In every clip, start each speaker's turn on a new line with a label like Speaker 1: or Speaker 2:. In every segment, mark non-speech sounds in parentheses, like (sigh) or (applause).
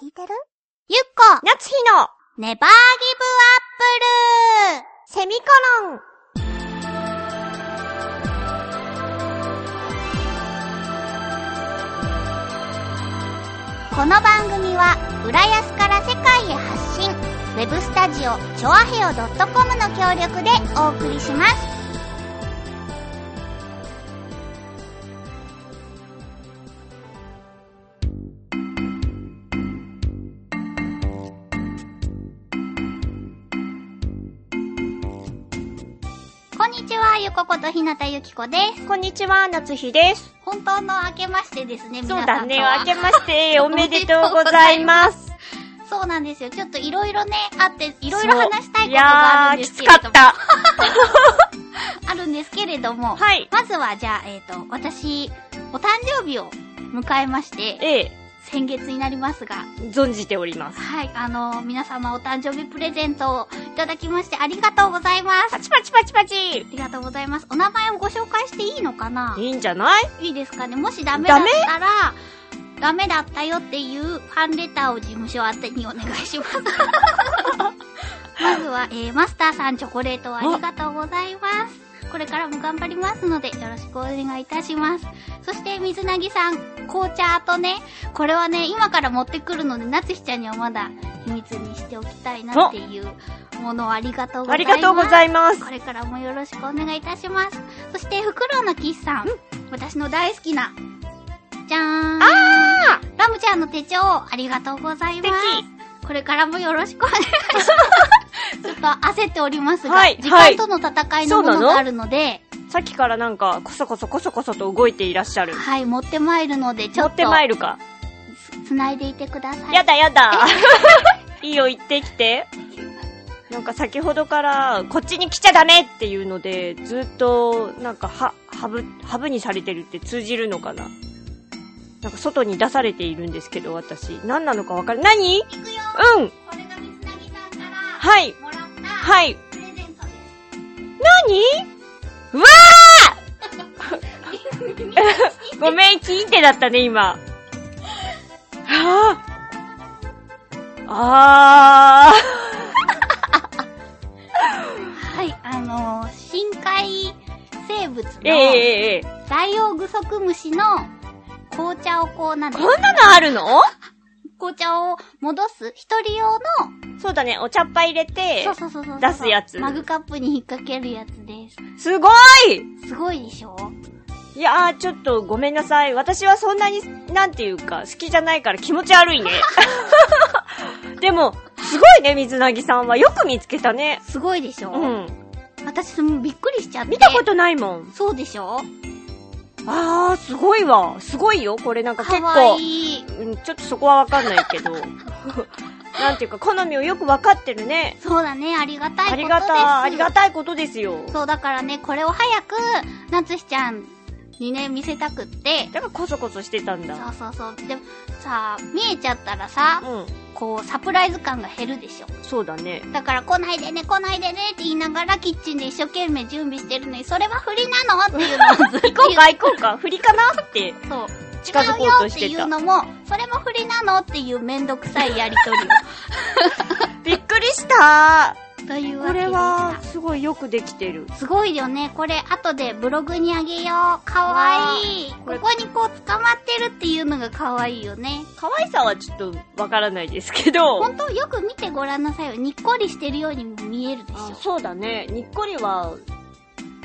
Speaker 1: 聞いてるゆっこ
Speaker 2: 夏日の
Speaker 1: ネバーギブアップルセミコロンこの番組は浦安から世界へ発信ウェブスタジオチョアヘオ .com の協力でお送りしますこんにちはゆこことひなたゆきこです
Speaker 2: こんにちは、夏日です。
Speaker 1: 本当の明けましてですね皆さん
Speaker 2: そう
Speaker 1: と
Speaker 2: だね、
Speaker 1: は
Speaker 2: 明けまして (laughs) おめでとうございます。
Speaker 1: そうなんですよ。ちょっといろいろね、あって、いろいろ話したいこと
Speaker 2: や
Speaker 1: があるん
Speaker 2: ー、
Speaker 1: で
Speaker 2: き
Speaker 1: す
Speaker 2: つ
Speaker 1: けれ
Speaker 2: か
Speaker 1: ども。
Speaker 2: った。
Speaker 1: あるんですけれども。
Speaker 2: はい。
Speaker 1: まずは、じゃあ、えっ、と、私、お誕生日を迎えまして、
Speaker 2: ええ、
Speaker 1: 先月になりますが、
Speaker 2: 存じております。
Speaker 1: はい、あの皆様お誕生日プレゼントをいただきましてありがとうございます。
Speaker 2: パ
Speaker 1: あ
Speaker 2: チパチパチパチ
Speaker 1: りがとうございます。お名前をご紹介していいのかない
Speaker 2: いんじゃない
Speaker 1: いいですかねもしダメだったら、ダメだったよっていうファンレターを事務所宛てにお願い
Speaker 2: (laughs)
Speaker 1: します。まずは、えー、マスターさんチョコレートをありがとうございます。これからも頑張りますので、よろしくお願いいたします。そして、水なぎさん、紅茶とね、これはね、今から持ってくるので、なつひちゃんにはまだ秘密にしておきたいなっていうものをありがとうござ
Speaker 2: あ
Speaker 1: い
Speaker 2: り
Speaker 1: ます。
Speaker 2: がとうございます。
Speaker 1: これからもよろしくお願いいたします。そして、フクロウのキスさん。私の大好きな、じゃーん。
Speaker 2: あ
Speaker 1: ラムちゃんの手帳、ありがとうございます。これからもよろしくお願いし
Speaker 2: (laughs)
Speaker 1: ます。ちょっと焦っておりますが、
Speaker 2: はい
Speaker 1: 時
Speaker 2: は
Speaker 1: 間
Speaker 2: い
Speaker 1: との戦いのも
Speaker 2: そ
Speaker 1: の
Speaker 2: うなの
Speaker 1: があるので、
Speaker 2: さっきからなんか、こそこそこそこそと動いていらっしゃる。
Speaker 1: はい、持ってまいるので、ち
Speaker 2: 持
Speaker 1: ょ
Speaker 2: っ
Speaker 1: っと
Speaker 2: て、まいるか。
Speaker 1: つないでいてください。
Speaker 2: やだやだ。いいよ、行ってきて。なんか先ほどから、こっちに来ちゃダメっていうので、ずっと、なんか、は、ハブ、ハブにされてるって通じるのかななんか外に出されているんですけど、私。何なのかわかる。何
Speaker 1: 行くよ
Speaker 2: うん
Speaker 1: これが水なぎさんから、
Speaker 2: はい
Speaker 1: もらっ
Speaker 2: はい
Speaker 1: たプレゼントです。
Speaker 2: 何うわーごめん、聞いてだったね、今。はああ
Speaker 1: はい、あのー深海生物
Speaker 2: ー。ええ
Speaker 1: の
Speaker 2: ええええ。
Speaker 1: ダイオウグソクムシの紅茶をこうなんで
Speaker 2: こんなのあるの
Speaker 1: 紅茶を戻す一人用の、
Speaker 2: そうだね、お茶っ葉入れて
Speaker 1: そう、そうそうそうそう
Speaker 2: 出すやつ
Speaker 1: マグカップに引っ掛けるやつです
Speaker 2: ごい
Speaker 1: す。すごいでしょ
Speaker 2: いやー、ちょっとごめんなさい。私はそんなに、なんていうか、好きじゃないから気持ち悪いね。 (laughs) でも、すごいね、水なぎさんは。よく見つけたね。
Speaker 1: すごいでしょ、
Speaker 2: うん。
Speaker 1: 私もうびっくりしちゃって。
Speaker 2: 見たことないもん。
Speaker 1: そうでしょ
Speaker 2: あー、すごいわ。すごいよ。これなんか
Speaker 1: か
Speaker 2: 結
Speaker 1: わ
Speaker 2: 構、
Speaker 1: いい。
Speaker 2: うん、ちょっとそこはわかんないけど。 (laughs) なんていうか、好みをよくわかってるね。
Speaker 1: そうだね、ありがたいこ
Speaker 2: あ
Speaker 1: とで
Speaker 2: り
Speaker 1: す。
Speaker 2: がたい、ありがたいことですよ。
Speaker 1: そう、だからね、これを早く、なつひちゃんにね、見せたくって。
Speaker 2: だからこそこそしてたん
Speaker 1: そ
Speaker 2: だ。
Speaker 1: うそうそう。でも、さあ、見えちゃったらさ、
Speaker 2: うん。
Speaker 1: こう、サプライズ感が減るでしょ。
Speaker 2: そうだね。
Speaker 1: だから来ないでね、来ないでねって言いながらキッチンで一生懸命準備してるのに、それは振りなのっていうのをずっと
Speaker 2: 行こうか行こうか。振りかなって。
Speaker 1: そう。
Speaker 2: 近づこうとしてた
Speaker 1: 違うよっていうのも、それも振りなのっていうめんどくさいやりとり
Speaker 2: びっくりした
Speaker 1: を。という
Speaker 2: (laughs) こ
Speaker 1: わけで
Speaker 2: れ
Speaker 1: した
Speaker 2: は、。すごいよくできてる。
Speaker 1: すごいよね。これ、後でブログにあげよう。かわいい。
Speaker 2: こ
Speaker 1: こ
Speaker 2: れ
Speaker 1: こにこう捕まってるっていうのがかわいいよね。
Speaker 2: 可愛さはちょっとわからないですけど。
Speaker 1: ほんと、よく見てごらんなさいよ。にっこりしてるようにも見えるでし
Speaker 2: あ
Speaker 1: ょ。
Speaker 2: そうだね。にっこりは、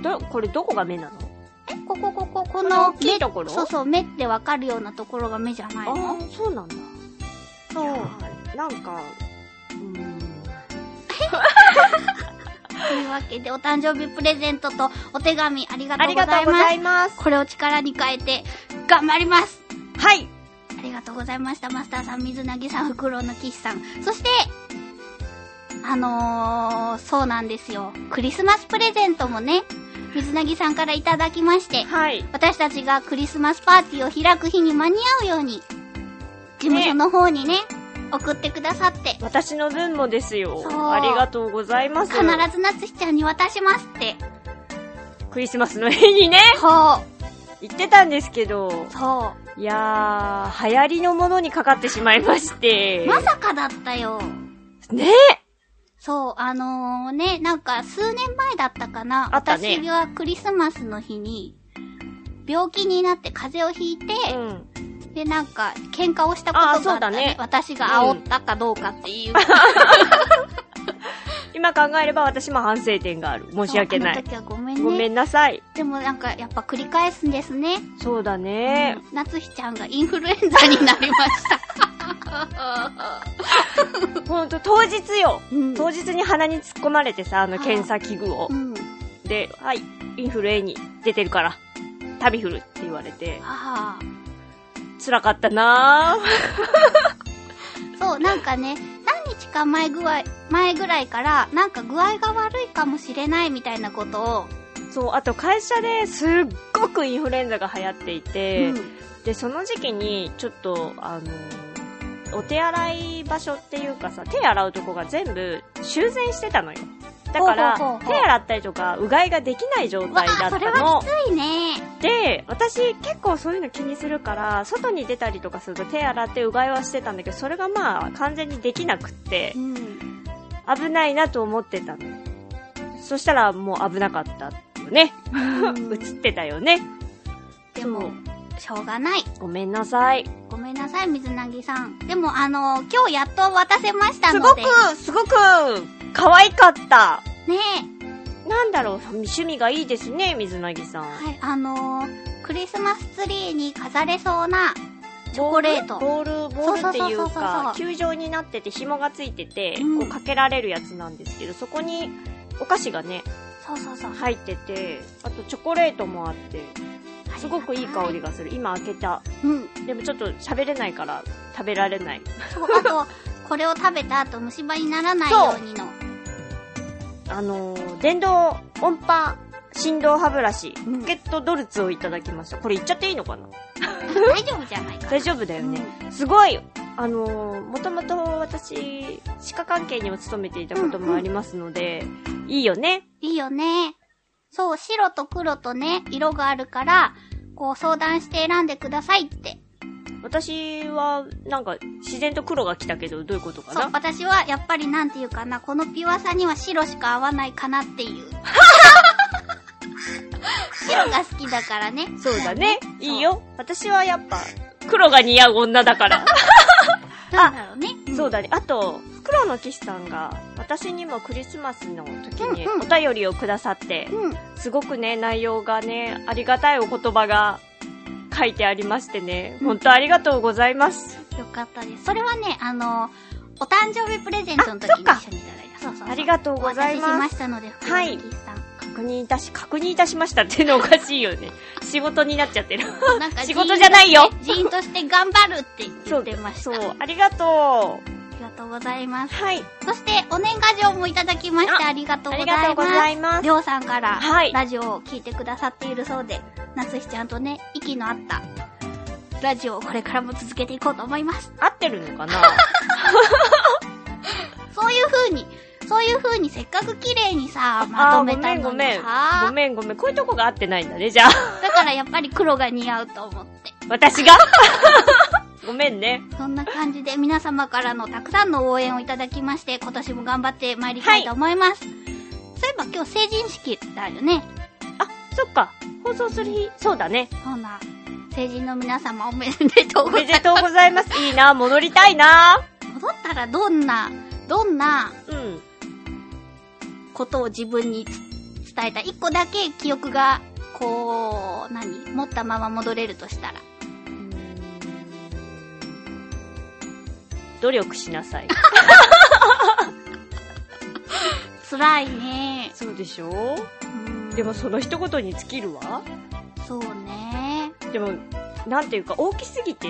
Speaker 2: ど、これどこが目なの
Speaker 1: えここ、ここ、こ
Speaker 2: この
Speaker 1: の
Speaker 2: 大きいところ
Speaker 1: そうそう、目ってわかるようなところが目じゃない
Speaker 2: ああ
Speaker 1: の
Speaker 2: ー、そうなんだ。
Speaker 1: そう
Speaker 2: いやー。なんか、うーん。
Speaker 1: というわけで、お誕生日プレゼントとお手紙ありがと
Speaker 2: あ
Speaker 1: うご
Speaker 2: りが
Speaker 1: ざい
Speaker 2: と
Speaker 1: う
Speaker 2: ご
Speaker 1: ま
Speaker 2: ざ
Speaker 1: す。
Speaker 2: います。
Speaker 1: これを力に変えて、頑張ります
Speaker 2: はい。
Speaker 1: ありがとうございました。マスターさん、水なぎさん、フクロウの騎士さん。そして、あのー、そうなんですよ。クリスマスプレゼントもね、水なぎさんからいただきまして、
Speaker 2: はい。
Speaker 1: 私たちがクリスマスパーティーを開く日に間に合うように、事務所の方にね、送ってくださって、
Speaker 2: 私の分もですよ
Speaker 1: そう。
Speaker 2: ありがとうございます。
Speaker 1: 必ず夏日ちゃんに渡しますって、
Speaker 2: クリスマスの日にね。
Speaker 1: こ
Speaker 2: 言ってたんですけど、
Speaker 1: そ
Speaker 2: いやー、流行りのものにかかってしまいまして
Speaker 1: う。。まさかだったよ。
Speaker 2: ね
Speaker 1: そう、あのー、ね、なんか数年前だったかな。
Speaker 2: あったね
Speaker 1: 私はクリスマスの日に、病気になって風邪をひいて、
Speaker 2: えうん。
Speaker 1: で、なんか、喧嘩をしたことがあ
Speaker 2: あ
Speaker 1: っ
Speaker 2: ーそう
Speaker 1: た
Speaker 2: だ
Speaker 1: ね。
Speaker 2: ね
Speaker 1: 私が煽ったかどうかっていう。
Speaker 2: 今考えれば私も反省点がある。申し訳
Speaker 1: そ
Speaker 2: な
Speaker 1: うあ
Speaker 2: い
Speaker 1: の。時はごめんね。
Speaker 2: ごめんなさい。
Speaker 1: でもなんか、やっぱ繰り返すんですね。
Speaker 2: そうだね。
Speaker 1: うん夏日ちゃんがインフルエンザになりま
Speaker 2: (laughs)
Speaker 1: した。
Speaker 2: ほんと、当日よ。
Speaker 1: うん
Speaker 2: 当日に鼻に突っ込まれてさ、あの検査器具を
Speaker 1: う。ん。
Speaker 2: で、はい、インフル A に出てるから、タビフルって言われて、
Speaker 1: ああ。
Speaker 2: 辛かったなぁ。
Speaker 1: そう、なんかね、何日か前ぐらい、前ぐらいから、なんか具合が悪いかもしれないみたいなことを、
Speaker 2: そう、あと会社ですっごくインフルエンザが流行っていて、
Speaker 1: うん
Speaker 2: で、その時期に、ちょっと、あの、お手洗い場所っていうかさ、手洗うとこが全部修繕してたのよ。だから、
Speaker 1: ほうほうほうほう
Speaker 2: 手洗ったりとか、うがいができない状態だっ
Speaker 1: わあそれ
Speaker 2: た
Speaker 1: は
Speaker 2: の
Speaker 1: き。ついね。
Speaker 2: で、私結構そういうの気にするから、外に出たりとかすると手洗ってうがいはしてたんだけど、それがまあ完全にできなくって
Speaker 1: う、ん。
Speaker 2: 危ないなと思ってたの。そしたらもう危なかったよね。映ってたよね。
Speaker 1: で
Speaker 2: そ
Speaker 1: も
Speaker 2: う、
Speaker 1: しょうがない。
Speaker 2: ごめんなさい。
Speaker 1: ごめんなさい、水なぎさん。でも、あの今日やっと渡せました
Speaker 2: す
Speaker 1: の
Speaker 2: ご
Speaker 1: で。
Speaker 2: く、すごく、可愛かった。
Speaker 1: ね
Speaker 2: なんだろう、趣味がいいですね、水なぎさん。
Speaker 1: え。はい、あのークリスマスツリーに飾れそうな、チョコレート
Speaker 2: ボール、ボール、ボールっていう
Speaker 1: そうそうそうそうそう
Speaker 2: か、球状になってて、紐がついてて、
Speaker 1: うん
Speaker 2: こうかけられるやつなんですけど、そこにお菓子がね、
Speaker 1: そうそうそう。
Speaker 2: 入ってて、あとチョコレートもあって、すごくいい香り
Speaker 1: が。
Speaker 2: がする。今開けた。
Speaker 1: うん。
Speaker 2: でもちょっと喋れないから、食べられない。
Speaker 1: そう、あと、これを食べた後虫歯にならないようにの。
Speaker 2: あのー、電動音波振動歯ブラシ、
Speaker 1: うん
Speaker 2: ポケットドルツをいただきました。これ言っちゃっていいのかな
Speaker 1: 大丈夫じゃないかな。
Speaker 2: 大丈夫だよね。すごいあのー、もともと私、歯科関係にも勤めていたこともありますので、いいよね。
Speaker 1: いいよね。そう、白と黒とね、色があるから、こう相談して選んでくださいって。
Speaker 2: 私は、なんか、自然と黒が来たけど、どういうことか
Speaker 1: そう、
Speaker 2: な
Speaker 1: 私はやっぱりなんていうかな、このピュアさには白しか合わないかなって
Speaker 2: (laughs)
Speaker 1: いう。白が好きだからね。
Speaker 2: そうだね。いいよ。私はやっぱ、黒が似合う女だから。
Speaker 1: なんだろうね。ん
Speaker 2: そうだね。あと、黒の騎士さんが、私にもクリスマスの時に
Speaker 1: うんうん
Speaker 2: お便りをくださって、
Speaker 1: うん。
Speaker 2: すごくね、内容がね、ありがたいお言葉が書いてありましてね、本当ありがとうございます。
Speaker 1: よかったです。それはね、あの、お誕生日プレゼントの時に一緒にいただいた。そうそうそう
Speaker 2: ありがとうござい
Speaker 1: お渡しし
Speaker 2: ま。
Speaker 1: ますしたので、福
Speaker 2: は
Speaker 1: はいいさ
Speaker 2: (laughs)
Speaker 1: ん。
Speaker 2: 確認いたし、確認いたしましたっていうのおかしいよ (laughs) ね。仕事になっちゃってる。
Speaker 1: なんか
Speaker 2: 仕事じゃないよ
Speaker 1: 人員として人員として頑張るって言ってました。
Speaker 2: そう、ありがとう。
Speaker 1: ありがとうございます。
Speaker 2: はい、
Speaker 1: そして、お年賀状もいただきまして
Speaker 2: あ
Speaker 1: ありがとう
Speaker 2: あ
Speaker 1: ござ
Speaker 2: り
Speaker 1: います。
Speaker 2: がとうございます。
Speaker 1: りょうさんから、
Speaker 2: はい
Speaker 1: ラジオを聞いてくださっているそうで、なつひちゃんとね、息の合った、ラジオをこれからも続けていこうと思います。
Speaker 2: 合ってるのか (laughs) な
Speaker 1: そういう風に、そういう風にせっかく綺麗にさ、ま
Speaker 2: あ
Speaker 1: と
Speaker 2: ー、
Speaker 1: め
Speaker 2: ご
Speaker 1: た
Speaker 2: めん
Speaker 1: の
Speaker 2: ご
Speaker 1: に
Speaker 2: めん。ご
Speaker 1: さ、
Speaker 2: めんごめん。こういうとこが合ってないんだね、じゃあ。 (laughs)
Speaker 1: だからやっぱり黒が似合うと思って。
Speaker 2: 私 (laughs) がごめんね。
Speaker 1: そんな感じで皆様からのたくさんの応援をいただきまして、今年も頑張ってまいりたいと思います。そういえば今日成人式だよね。
Speaker 2: あ、そっか。放送する日、そうだ (laughs) ね。
Speaker 1: そんな、成人の皆様おめでとう
Speaker 2: お
Speaker 1: ござ
Speaker 2: め
Speaker 1: いま。
Speaker 2: ですとうございます。いいな、戻りたいな。
Speaker 1: 戻ったらどんな、どんな
Speaker 2: うん。
Speaker 1: ことを自分につ伝えたい。一個だけ記憶が、こう、何持ったまま戻れるとしたら。
Speaker 2: 努力しなさい。
Speaker 1: 辛いね。
Speaker 2: (laughs) そうでしょ
Speaker 1: うん
Speaker 2: でもその一言に尽きるわ。
Speaker 1: そうね。
Speaker 2: でも、なんていうか、大きすぎて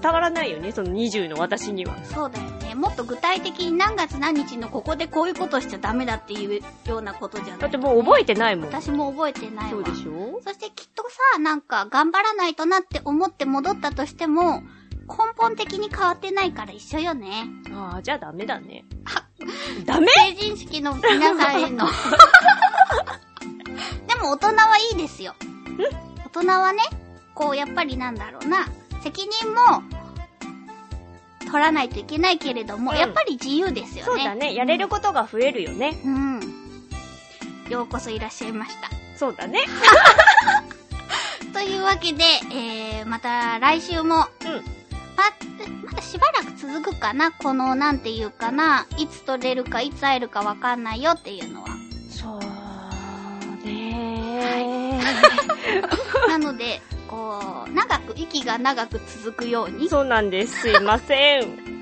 Speaker 2: 伝わらないよね、その20の私には。
Speaker 1: そうだよね。もっと具体的に何月何日のここでこういうことしちゃダメだっていうようなことじゃない、
Speaker 2: だってもう覚
Speaker 1: え
Speaker 2: えてないもん。
Speaker 1: 私も覚えてないわ。
Speaker 2: そうでしょ
Speaker 1: そしてきっとさ、なんか頑張らないとなって思って戻ったとしても、根本的に変わってないから一緒よね。
Speaker 2: ああ、じゃあダメだね。ダメ
Speaker 1: 成人式の皆さんへ
Speaker 2: (laughs)
Speaker 1: の。でも大人はいいですよ。大人はね、こう、やっぱりなんだろうな、責任も、取らないといけないけれども、
Speaker 2: うん
Speaker 1: やっぱり自由ですよね。
Speaker 2: そうだね。やれることが増えるよね。
Speaker 1: うん。ようこそいらっしゃいました。
Speaker 2: そうだね。
Speaker 1: というわけで、えー、また来週も、
Speaker 2: うん。
Speaker 1: パまだしばらく続くかなこの、なんていうかな、いつ取れるか、いつ会えるかわかんないよっていうのは。
Speaker 2: そうね
Speaker 1: (laughs) なので、こう、長く、息が長く続くように、
Speaker 2: そうなんです。すいません。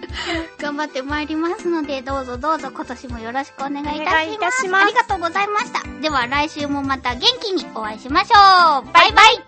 Speaker 1: 頑張ってまいりますので、どうぞどうぞ今年もよろしくお願いいたします。
Speaker 2: お願いいたします
Speaker 1: ありがとうございました。では来週もまた元気にお会いしましょう。バイバイ